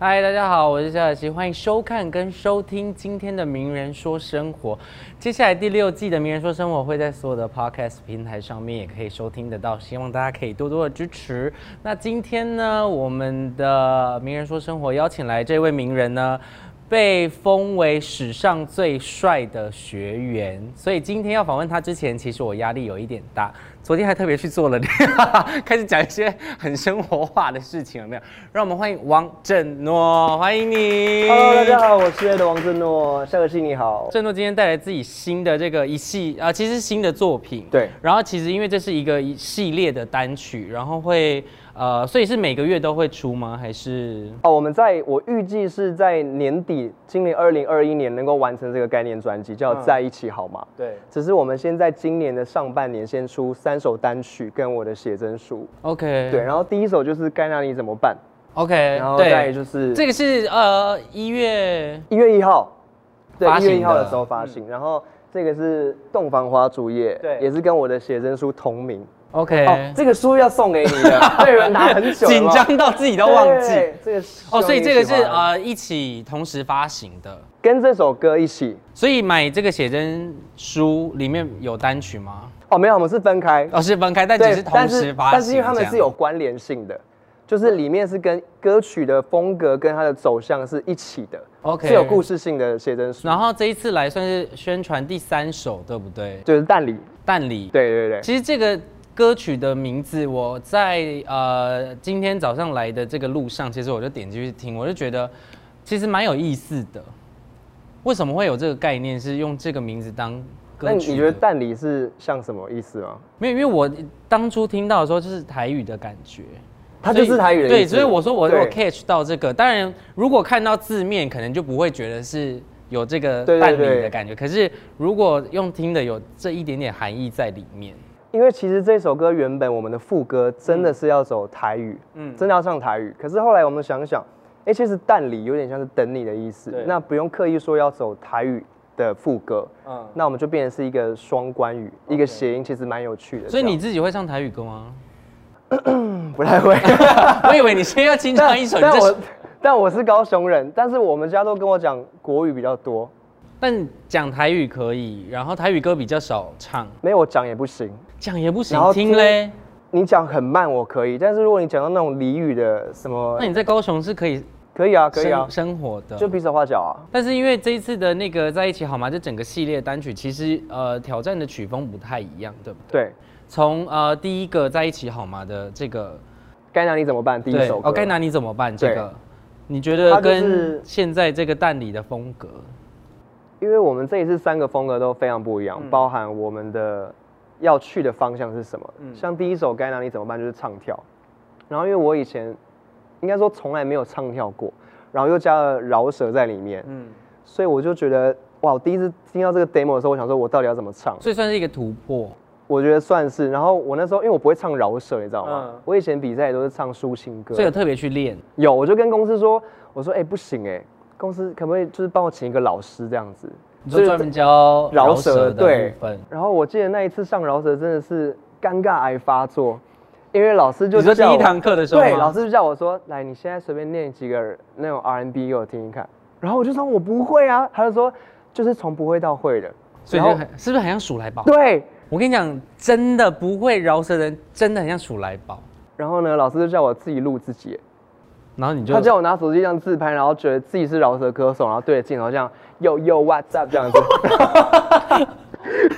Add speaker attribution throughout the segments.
Speaker 1: 嗨，大家好，我是夏小琪，欢迎收看跟收听今天的《名人说生活》。接下来第六季的《名人说生活》会在所有的 podcast 平台上面也可以收听得到，希望大家可以多多的支持。那今天呢，我们的《名人说生活》邀请来这位名人呢。被封为史上最帅的学员，所以今天要访问他之前，其实我压力有一点大。昨天还特别去做了， 开始讲一些很生活化的事情，有没有？让我们欢迎王振诺，欢迎你。
Speaker 2: Hello，大家好，我是爱的王振诺，夏可欣你好。
Speaker 1: 郑诺今天带来自己新的这个一系啊、呃其实是新的作品。
Speaker 2: 对
Speaker 1: 然后其实因为这是一个一系列的单曲，然后会呃，所以是每个月都会出吗？还是
Speaker 2: 哦，我们在我预计是在年底，今年二零二一年能够完成这个概念专辑，叫《在一起好
Speaker 1: 嗯
Speaker 2: 吗》。
Speaker 3: 对，
Speaker 2: 只是我们先在今年的上半年先出三首单曲跟我的写真书。
Speaker 1: OK？
Speaker 2: 对，然后第一首就是《该那你怎么办
Speaker 1: OK，》，
Speaker 2: 然后
Speaker 1: 对
Speaker 2: 再来就是
Speaker 1: 这个是呃一月
Speaker 2: 一月一号，对，
Speaker 1: 发
Speaker 2: 一
Speaker 1: 行
Speaker 2: 月一号
Speaker 1: 的嗯
Speaker 2: 的时候发行。然后这个是《洞房花烛夜》，
Speaker 3: 对
Speaker 2: 也是跟我的写真书同名。
Speaker 1: OK，、
Speaker 2: 哦，这个书要送给你的， 被人拿很久，有没
Speaker 1: 紧
Speaker 2: 有
Speaker 1: 张到自己都忘记。
Speaker 2: 对这个希望
Speaker 1: 哦，所以
Speaker 2: 你
Speaker 1: 这个
Speaker 2: 喜
Speaker 1: 是
Speaker 2: 欢
Speaker 1: 呃一起同时发行的。
Speaker 2: 跟这首歌一起
Speaker 1: 所以买这个写真书里面有单曲吗？
Speaker 2: 哦，没有，我们是分开，
Speaker 1: 哦，是分开，但只是同
Speaker 2: 但
Speaker 1: 时
Speaker 2: 是
Speaker 1: 发行。
Speaker 2: 但是因为他们是
Speaker 1: 这样
Speaker 2: 有关联性的，就是里面是跟歌曲的风格跟它的走向是一起的
Speaker 1: OK
Speaker 2: 是有故事性的写真书，
Speaker 1: 然后这一次来算是宣传第三首，对不对？
Speaker 2: 就是蛋里，
Speaker 1: 但里。
Speaker 2: 对对对，
Speaker 1: 其实这个歌曲的名字，我在呃今天早上来的这个路上，其实我就点进去听，我就觉得其实蛮有意思的。为什么会有这个概念？是用这个名字当歌曲
Speaker 2: 那你
Speaker 1: 的？
Speaker 2: 你觉得蛋里是像什么意思吗？
Speaker 1: 没有？因为我当初听到的时候，就是台语的感觉。
Speaker 2: 它啊就是台语的意思，
Speaker 1: 对，所以我说我有
Speaker 2: 对
Speaker 1: catch 到这个。当然，如果看到字面，可能就不会觉得是有这个
Speaker 2: 对对
Speaker 1: 淡理
Speaker 2: 对
Speaker 1: 的感觉。可是如果用听的有这一点点含义在里面，
Speaker 2: 因为其实这首歌原本我们的副歌真的是要走台语，嗯，真的要唱台语。可是后来我们想想，哎、其实淡里有点像是等你的意思
Speaker 3: 对，
Speaker 2: 那不用刻意说要走台语的副歌，
Speaker 3: 嗯，
Speaker 2: 那我们就变成是一个双关语，一个谐音，其实蛮有趣的。
Speaker 1: 所以
Speaker 2: 这
Speaker 1: 你
Speaker 2: 样
Speaker 1: 自己会唱台语歌吗？
Speaker 2: 不太会，
Speaker 1: 我以 为你先要清唱一 首，你
Speaker 2: 但
Speaker 1: 再
Speaker 2: 我但我是高雄人，但是我们家都跟我讲国语比较多，
Speaker 1: 但讲台语可以，然后台语歌比较少唱，
Speaker 2: 没有我讲也不行。
Speaker 1: 讲也不行
Speaker 2: 然，后
Speaker 1: 听
Speaker 2: 听
Speaker 1: 嘞。
Speaker 2: 你讲很慢我可以，但是如果你讲到那种俚语的什么
Speaker 1: 那，你在高雄是可以
Speaker 2: 可以啊，可以啊
Speaker 1: 生，生活的，
Speaker 2: 就比手画脚啊。
Speaker 1: 但是因为这一次的那个在一起好吗？这整个系列单曲其实呃挑战的曲风不太一样，对不对？
Speaker 2: 对，
Speaker 1: 从呃第一个在一起好吗的这个，
Speaker 2: 该拿你怎么办？第一
Speaker 1: 对
Speaker 2: 首歌，
Speaker 1: 哦该拿你怎么办这个
Speaker 2: 对，
Speaker 1: 你觉得
Speaker 2: 它就是
Speaker 1: 跟现在这个蛋里的风格，
Speaker 2: 因为我们这一次三个风格都非常不一样，包含我们的要去的方向是什么。嗯像第一首《该拿你怎么办》就是唱跳，然后因为我以前应该说从来没有唱跳过，然后又加了饶舌在里面，嗯，所以我就觉得哇，我第一次听到这个 demo 的时候，我想说我到底要怎么唱？
Speaker 1: 所以算是一个突破。
Speaker 2: 我觉得算是。然后我那时候因为我不会唱饶舌，你知道吗？
Speaker 3: 嗯
Speaker 2: 我以前比赛也都是唱抒情歌，
Speaker 1: 所以有特别去练，
Speaker 2: 有，我就跟公司说，我说哎、不行哎、公司可不可以就是帮我请一个老师这样子？
Speaker 1: 你就专门教饶
Speaker 2: 饶
Speaker 1: 舌
Speaker 2: 舌
Speaker 1: 的
Speaker 2: 对
Speaker 1: 部分。
Speaker 2: 然后我记得那一次上饶舌真的是尴尬癌发作，因为老师就
Speaker 1: 你说第
Speaker 2: 叫
Speaker 1: 一
Speaker 2: 我
Speaker 1: 堂课的时候吗
Speaker 2: 对，老师就叫我说，来，你现在随便念几个那种 R&B 给我听听看。然后我就说我不会啊，他就说就是从不会到会的。
Speaker 1: 所以
Speaker 2: 然
Speaker 1: 就
Speaker 2: 后
Speaker 1: 很是不是很像鼠来宝？
Speaker 2: 对，
Speaker 1: 我跟你讲，真的不会饶舌的人真的很像鼠来宝。
Speaker 2: 然后呢，老师就叫我自己录自己，
Speaker 1: 然后你就
Speaker 2: 他叫我拿手机这样自拍，然后觉得自己是饶舌歌手，然后对着镜头这样又又 What's up 这样子，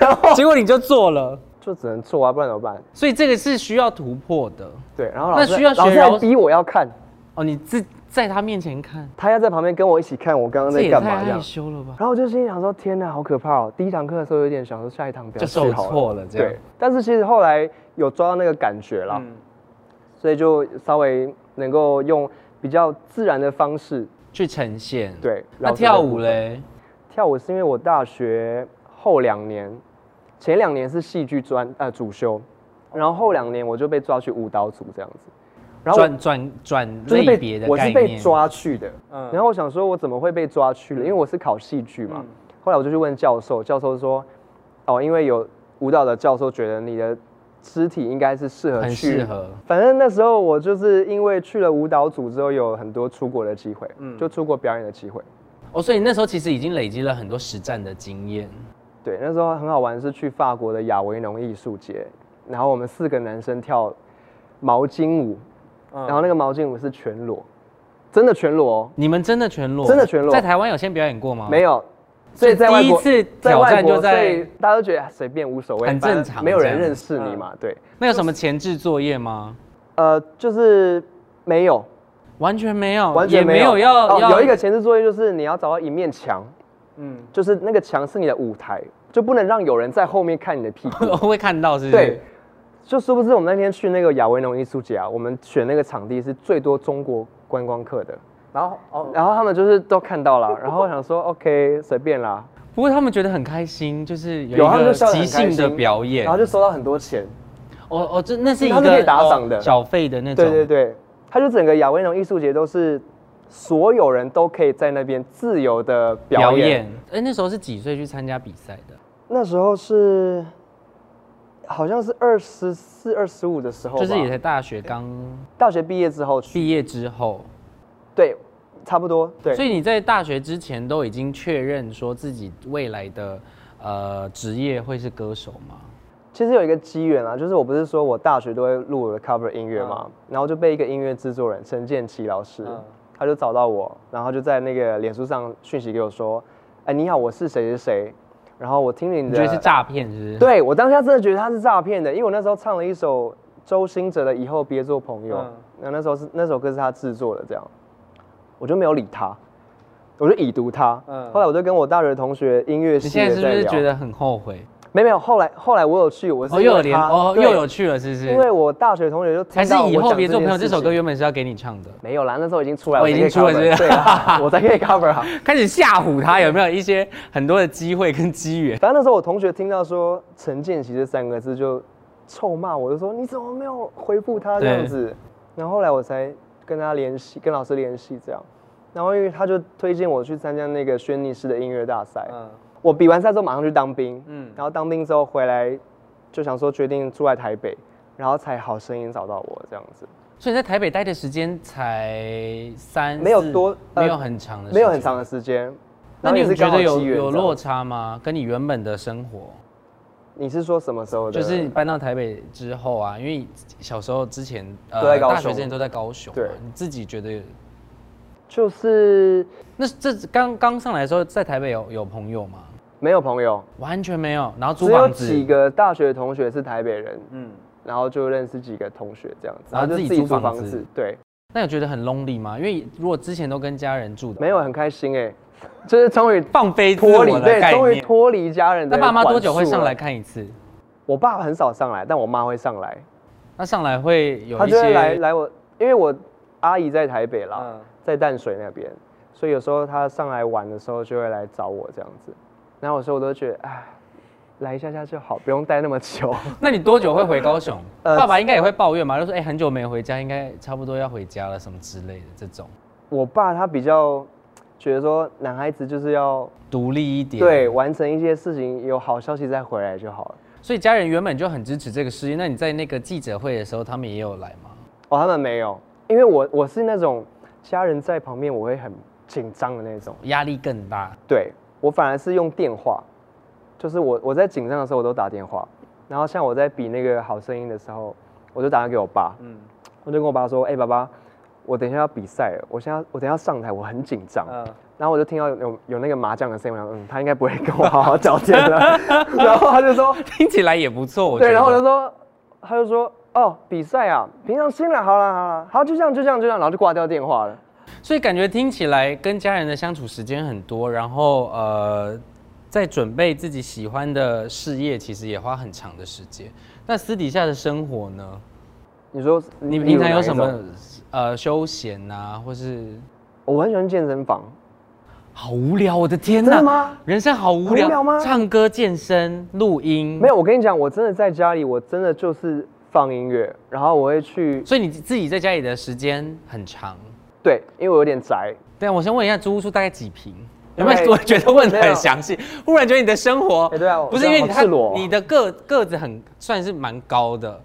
Speaker 2: 然后
Speaker 1: 结果你就做了，
Speaker 2: 就只能做啊，不然怎么办？
Speaker 1: 所以这个是需要突破的。
Speaker 2: 对，然后老师
Speaker 1: 那需要学
Speaker 2: 老师
Speaker 1: 饶
Speaker 2: 还逼我要看，
Speaker 1: 哦，你自在他面前看，
Speaker 2: 他要在旁边跟我一起看我刚刚
Speaker 1: 这
Speaker 2: 在
Speaker 1: 也
Speaker 2: 干
Speaker 1: 太
Speaker 2: 嘛这
Speaker 1: 害
Speaker 2: 样。
Speaker 1: 羞了吧？
Speaker 2: 然后我就心里想说：“天哪，好可怕哦！”第一堂课的时候有点想说，下一堂不要
Speaker 1: 就受
Speaker 2: 去好了
Speaker 1: 挫了这样嗯
Speaker 2: 对，但是其实后来有抓到那个感觉了，所以就稍微能够用比较自然的方式。
Speaker 1: 去呈现。，
Speaker 2: 对，
Speaker 1: 那
Speaker 2: 饶舌的
Speaker 1: 跳
Speaker 2: 部
Speaker 1: 舞
Speaker 2: 分？
Speaker 1: 嘞？
Speaker 2: 跳舞是因为我大学后两年，前两年是戏剧专呃主修，然后后两年我就被抓去舞蹈组这样子，然后我
Speaker 1: 转转转
Speaker 2: 就是
Speaker 1: 类别的
Speaker 2: 被我
Speaker 1: 概
Speaker 2: 是
Speaker 1: 念。
Speaker 2: 被抓去的，
Speaker 3: 嗯
Speaker 2: 然后我想说，我怎么会被抓去了？因为我是考戏剧
Speaker 1: 嗯
Speaker 2: 嘛。后来我就去问教授，教授说，哦，因为有舞蹈的教授觉得你的肢体应该是适合
Speaker 1: 很
Speaker 2: 去
Speaker 1: 适。合，
Speaker 2: 反正那时候我就是因为去了舞蹈组之后，有很多出国的机会，
Speaker 1: 嗯
Speaker 2: 就出国表演的机会。
Speaker 1: 哦，所以那时候其实已经累积了很多实战的经验。
Speaker 2: 对，那时候很好玩，是去法国的亚维农艺术节，然后我们四个男生跳毛巾舞，
Speaker 1: 嗯
Speaker 2: 然后那个毛巾舞是全裸，真的全裸、哦，
Speaker 1: 你们真的全裸？
Speaker 2: 真的全裸
Speaker 1: 在台湾有先表演过吗？
Speaker 2: 没有。
Speaker 1: 所以
Speaker 2: 在外
Speaker 1: 哦第一
Speaker 2: 国
Speaker 1: 次
Speaker 2: 在
Speaker 1: 挑
Speaker 2: 外
Speaker 1: 战
Speaker 2: 国
Speaker 1: 就
Speaker 2: 所
Speaker 1: 在
Speaker 2: 以大家都觉得随便无所谓，
Speaker 1: 很
Speaker 2: 反正
Speaker 1: 正常
Speaker 2: 没有
Speaker 1: 这
Speaker 2: 人
Speaker 1: 样嗯
Speaker 2: 认识你嘛，对，
Speaker 1: 那有什么前置作业吗？
Speaker 2: 呃，就是没有，
Speaker 1: 完全没有，
Speaker 2: 完全
Speaker 1: 也没
Speaker 2: 有。
Speaker 1: 要、
Speaker 2: 哦
Speaker 1: 要
Speaker 2: 有一个前置作业，就是你要找到一面墙，
Speaker 1: 嗯，
Speaker 2: 就是那个墙是你的舞台，就不能让有人在后面看你的屁股。
Speaker 1: 会看到是不哦是
Speaker 2: 对？，就殊不知我们那天去那个亚维农艺术节啊，我们选那个场地是最多中国观光客的，
Speaker 3: 然后哦，
Speaker 2: 然后他们就是都看到了，然后我想说 OK 随便啦，
Speaker 1: 不过他们觉得很开心，就是有
Speaker 2: 有他
Speaker 1: 一
Speaker 2: 们就
Speaker 1: 个
Speaker 2: 笑得很
Speaker 1: 即
Speaker 2: 开
Speaker 1: 兴的
Speaker 2: 心
Speaker 1: 表演。
Speaker 2: 然后就收到很多钱，
Speaker 1: 哦哦，这那是一
Speaker 2: 他
Speaker 1: 个
Speaker 2: 是可以打赏的
Speaker 1: 哦小费的那种。
Speaker 2: 对对对，他就整个亚维农艺术节都是所有人都可以在那边自由的表演
Speaker 1: 哎、那时候是几岁去参加比赛的？
Speaker 2: 那时候是好像是二十四、二十五的时候吧，
Speaker 1: 就是也才大学刚
Speaker 2: 大学毕业之后去，
Speaker 1: 毕业之后，
Speaker 2: 对，差不多，对，
Speaker 1: 所以你在大学之前都已经确认说自己未来的呃职业会是歌手吗？
Speaker 2: 其实有一个机缘啊，就是我不是说我大学都会录我的 cover 音乐
Speaker 1: 嗯
Speaker 2: 嘛，然后就被一个音乐制作人陈建奇老师，
Speaker 3: 嗯
Speaker 2: 他就找到我，然后就在那个脸书上讯息给我说，哎、你好，我是谁谁谁，然后我听了你
Speaker 1: 你
Speaker 2: 的，
Speaker 1: 觉得是诈骗是不是？，
Speaker 2: 啊对我当下真的觉得他是诈骗的，因为我那时候唱了一首周兴哲的《以后别做朋友》
Speaker 3: 嗯，
Speaker 2: 那、那时候是那首歌是他制作的，这样，我就没有理他，我就已读他。
Speaker 3: 嗯
Speaker 2: 后来我就跟我大学同学音乐
Speaker 1: 你
Speaker 2: 系
Speaker 1: 现在
Speaker 2: 的
Speaker 1: 是不
Speaker 2: 在
Speaker 1: 是
Speaker 2: 聊，
Speaker 1: 觉得很后悔？
Speaker 2: 没没有，后来后来我有去，我是
Speaker 1: 哦，
Speaker 2: 因
Speaker 1: 又
Speaker 2: 为
Speaker 1: 有连
Speaker 2: 他
Speaker 1: 哦，
Speaker 2: 对
Speaker 1: 又有趣了，是不是？
Speaker 2: 因为我大学同学就
Speaker 1: 还
Speaker 2: 听
Speaker 1: 是
Speaker 2: 到我
Speaker 1: 以后
Speaker 2: 讲
Speaker 1: 别做朋友这
Speaker 2: 件事
Speaker 1: 首歌
Speaker 2: 情
Speaker 1: 原本是要给你唱的，
Speaker 2: 没有啦，那时候已经出来，
Speaker 1: 哦
Speaker 2: 我才
Speaker 1: 已
Speaker 2: 可以
Speaker 1: 经出了
Speaker 2: cover，
Speaker 1: 是不是
Speaker 2: 对 啦，我才可以 cover 啊。
Speaker 1: 开始吓唬他有没有一些很多的机会跟机缘？
Speaker 2: 反正那时候我同学听到说陈建奇这三个字就臭骂我，就说你怎么没有回复他这样子？然后后来我才跟他联系，跟老师联系这样。然后因为他就推荐我去参加那个轩尼诗的音乐大赛，
Speaker 3: 嗯
Speaker 2: 我比完赛之后马上去当兵，
Speaker 3: 嗯
Speaker 2: 然后当兵之后回来就想说决定住在台北，然后才好声音找到我这样子，
Speaker 1: 所以你在台北待的时间才三，
Speaker 2: 没有
Speaker 1: 四
Speaker 2: 多呃
Speaker 1: 没有很长的，
Speaker 2: 没有很长。的时间。
Speaker 1: 那你
Speaker 2: 然后也
Speaker 1: 有
Speaker 2: 是
Speaker 1: 觉
Speaker 2: 刚
Speaker 1: 得
Speaker 2: 好
Speaker 1: 有
Speaker 2: 机缘
Speaker 1: 有
Speaker 2: 这样
Speaker 1: 落？差吗？跟你原本的生活，
Speaker 2: 你是说什么时候的？
Speaker 1: 就是你搬到台北之后啊，因为小时候之前呃
Speaker 2: 都在高雄
Speaker 1: 大学之前都在高雄嘛，
Speaker 2: 对
Speaker 1: 你自己觉得
Speaker 2: 就是
Speaker 1: 那这刚刚上来的时候，在台北有有朋友吗？
Speaker 2: 没有朋友，
Speaker 1: 完全没有，然后租
Speaker 2: 只有
Speaker 1: 房
Speaker 2: 几
Speaker 1: 子，
Speaker 2: 个大学同学是台北人，
Speaker 3: 嗯，
Speaker 2: 然后就认识几个同学这样子，
Speaker 1: 然后
Speaker 2: 就
Speaker 1: 自己租
Speaker 2: 租
Speaker 1: 房
Speaker 2: 房
Speaker 1: 子
Speaker 2: 子，对，
Speaker 1: 那有觉得很 lonely 吗？因为如果之前都跟家人住的，
Speaker 2: 没有很开心哎、就是终于
Speaker 1: 放飞自
Speaker 2: 脱
Speaker 1: 我
Speaker 2: 离，
Speaker 1: 的
Speaker 2: 对，
Speaker 1: 概
Speaker 2: 终于
Speaker 1: 念。
Speaker 2: 脱离家人的。
Speaker 1: 那爸妈多久会上来？看一次？
Speaker 2: 我爸很少上来，但我妈会上来，
Speaker 1: 那上来会有
Speaker 2: 她
Speaker 1: 一
Speaker 2: 就会来
Speaker 1: 些啊
Speaker 2: 来我，因为我阿姨在台北啦，
Speaker 3: 嗯
Speaker 2: 在淡水那边，所以有时候她上来玩的时候就会来找我这样子，然后有时候我都觉得，哎，来一下下就好，不用待那么久。
Speaker 1: 那你多久会回高雄？
Speaker 2: 呃
Speaker 1: 爸爸应该也会抱怨嘛，就说哎、很久没回家，应该差不多要回家了什么之类的这种，
Speaker 2: 我爸他比较觉得说，男孩子就是要
Speaker 1: 独立一点。，
Speaker 2: 对完成一些事情，有好消息再回来就好了。
Speaker 1: 所以家人原本就很支持这个事业。那你在那个记者会的时候，他们也有来吗？
Speaker 2: 哦，他们没有，因为我我是那种家人在旁边我会很紧张的那种，
Speaker 1: 压力更大，
Speaker 2: 对我反而是用电话，就是我我在紧张的时候我都打电话，然后像我在比那个好声音的时候，我就打电话给我爸，
Speaker 3: 嗯
Speaker 2: 我就跟我爸说，哎、爸爸，我等一下要比赛了，我现在我等一下上台我很紧张，
Speaker 3: 嗯，
Speaker 2: 然后我就听到有有那个麻将的声音，我想嗯，他应该不会跟我好好聊天 了，然后他就说。
Speaker 1: 听起来也不错。我觉
Speaker 2: 对，
Speaker 1: 得
Speaker 2: 然后我就说，他就说，哦，比赛啊，平常心了，好了好了，好，就这样就这样就这样，然后就挂掉电话了。
Speaker 1: 所以感觉听起来跟家人的相处时间很多，然后呃，在准备自己喜欢的事业，其实也花很长的时间。那私底下的生活呢？
Speaker 2: 你说
Speaker 1: 你平
Speaker 2: 例如
Speaker 1: 常
Speaker 2: 哪
Speaker 1: 有
Speaker 2: 一
Speaker 1: 什
Speaker 2: 种
Speaker 1: 么呃休闲啊，或是
Speaker 2: 我很喜欢健身房，
Speaker 1: 好无聊，我的天
Speaker 2: 真
Speaker 1: 呐！
Speaker 2: 的吗
Speaker 1: 人生好无
Speaker 2: 很无
Speaker 1: 聊
Speaker 2: 聊吗
Speaker 1: 唱歌、健身、录音，
Speaker 2: 没有，我跟你讲，我真的在家里，我真的就是放音乐，然后我会去，
Speaker 1: 所以你自己在家里的时间很长。
Speaker 2: 对，因为我有点宅，
Speaker 1: 对啊，我先问一下，租屋处大概几平？有没有？我觉得问的很详细，忽然觉得你的生活
Speaker 2: 哎，对啊，
Speaker 1: 不是因为
Speaker 2: 我
Speaker 1: 你
Speaker 2: 这
Speaker 1: 他
Speaker 2: 样好赤裸哦
Speaker 1: 你的个个子很算是蛮高的，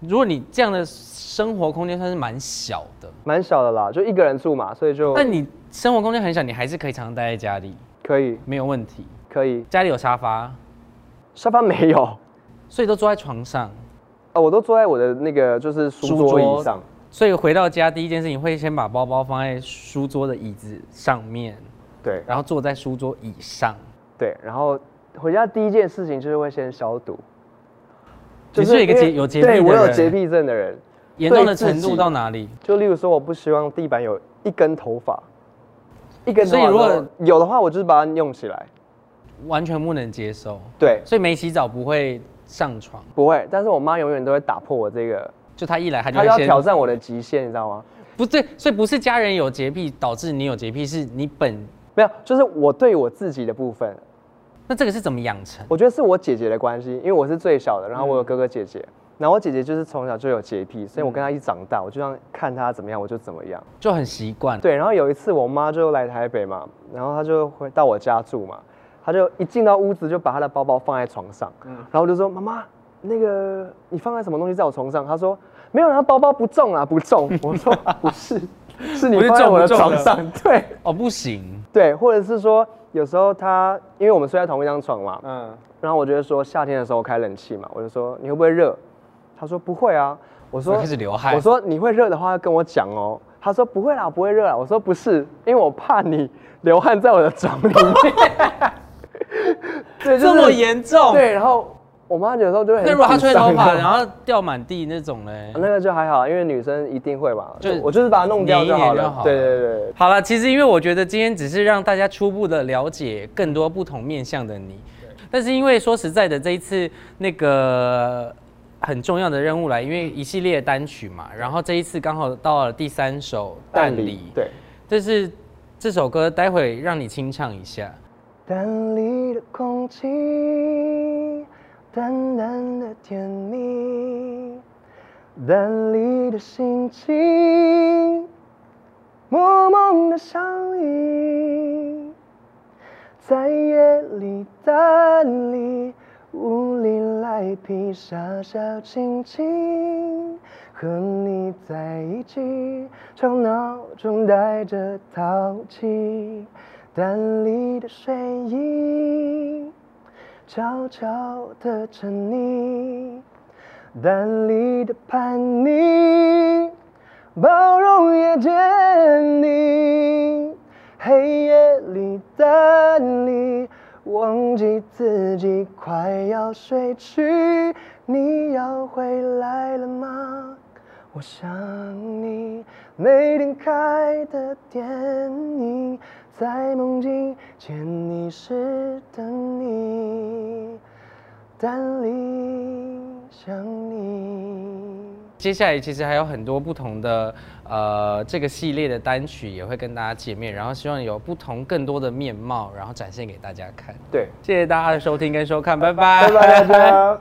Speaker 1: 如果你这样的生活空间算是蛮小的，
Speaker 2: 蛮小的啦，就一个人住嘛，所以就
Speaker 1: 那你生活空间很小，你还是可以常常待在家里，
Speaker 2: 可以
Speaker 1: 没有问题。
Speaker 2: 可以。
Speaker 1: 家里有沙发，
Speaker 2: 沙发没有 啊、
Speaker 1: 所以都坐在床上，
Speaker 2: 我都坐在我的那个就是书
Speaker 1: 书
Speaker 2: 桌
Speaker 1: 桌
Speaker 2: 椅上，
Speaker 1: 所以回到家第一件事情会先把包包放在书桌的椅子上面，
Speaker 2: 对
Speaker 1: 然后坐在书桌椅上。
Speaker 2: 对。然后回家第一件事情就是会先消毒，
Speaker 1: 你是一个
Speaker 2: 因为
Speaker 1: 洁有洁癖的
Speaker 2: 对我有
Speaker 1: 人
Speaker 2: 洁癖症的人，
Speaker 1: 严重的
Speaker 2: 对自
Speaker 1: 程度
Speaker 2: 己
Speaker 1: 到哪里？
Speaker 2: 就例如说我不希望地板有一根头发，一根头
Speaker 1: 所以
Speaker 2: 发
Speaker 1: 如果
Speaker 2: 都有的话，我就是把它用起来，
Speaker 1: 完全不能接受，
Speaker 2: 对，
Speaker 1: 所以没洗澡不会上床。
Speaker 2: 不会。但是我妈永远都会打破我这个，
Speaker 1: 就他一来，他就
Speaker 2: 她
Speaker 1: 会
Speaker 2: 就要
Speaker 1: 先
Speaker 2: 挑战我的极限，你知道吗？
Speaker 1: 不对，所以不是家人有洁癖导致你有洁癖，是你本
Speaker 2: 没有，就是我对我自己的部分，
Speaker 1: 那这个是怎么养成？
Speaker 2: 我觉得是我姐姐的关系，因为我是最小的，然后
Speaker 1: 嗯
Speaker 2: 我有哥哥姐姐，然后我姐姐就是从小就有洁癖，所以我跟她一起长大，我就像看她怎么样我就怎么样。
Speaker 1: 就很习惯。
Speaker 2: 对，然后有一次我妈就来台北嘛，然后她就回到我家住嘛，她就一进到屋子就把她的包包放在床上，
Speaker 1: 嗯
Speaker 2: 然后我就说妈妈，那个你放在什么东西在我床上？她说没有啦，包包不重啊啦，不重。我说不是，是你
Speaker 1: 不是
Speaker 2: 放在
Speaker 1: 重
Speaker 2: 我的
Speaker 1: 不重
Speaker 2: 床
Speaker 1: 的
Speaker 2: 上，对
Speaker 1: 哦，不行，
Speaker 2: 对，或者是说有时候她因为我们睡在同一张床嘛，
Speaker 1: 嗯，
Speaker 2: 然后我就会说夏天的时候开冷气嘛，我就说你会不会热？他说不会啊。我说
Speaker 1: 我开始流汗
Speaker 2: 我说你会热的话要跟我讲哦。他说不会啦，不会热啦。我说不是，因为我怕你流汗在我的床里面。对，就
Speaker 1: 这
Speaker 2: 是
Speaker 1: 么严重。
Speaker 2: 对，然后我妈有时候就会很
Speaker 1: 那如果他吹头
Speaker 2: 沮
Speaker 1: 发，
Speaker 2: 丧
Speaker 1: 然后掉满地那种嘞？
Speaker 2: 那个就还好，因为女生一定会嘛，
Speaker 1: 就
Speaker 2: 就我就是把它弄掉
Speaker 1: 粘一
Speaker 2: 就
Speaker 1: 粘
Speaker 2: 好
Speaker 1: 就
Speaker 2: 了。
Speaker 1: 好
Speaker 2: 对
Speaker 1: 了
Speaker 2: 对对对
Speaker 1: 好了，其实因为我觉得今天只是让大家初步的了解更多不同面向的你，但是因为说实在的，这一次那个很重要的任务来，因为一系列单曲嘛，然后这一次刚好到了第三首《
Speaker 2: 淡
Speaker 1: 淡
Speaker 2: 理
Speaker 1: 离》，
Speaker 2: 对。
Speaker 1: 这是这首歌，待会让你清唱一下。
Speaker 2: 淡丽的空气，淡淡的甜蜜，淡丽的心情，默默的相依，在夜里淡丽，雾里来皮，傻笑轻轻，和你在一起，吵闹中带着淘气，淡丽的睡意，悄悄的沉溺。淡丽的叛逆，包容也坚定。黑夜里淡丽，忘记自己快要睡去。你要回来了吗？我想你，每天开的电影，在梦境见你时的你，但理想你。
Speaker 1: 接下来其实还有很多不同的呃这个系列的单曲也会跟大家见面，然后希望有不同更多的面貌，然后展现给大家看。
Speaker 2: 对，
Speaker 1: 谢谢大家的收听跟收看，拜拜，
Speaker 2: 拜拜大家。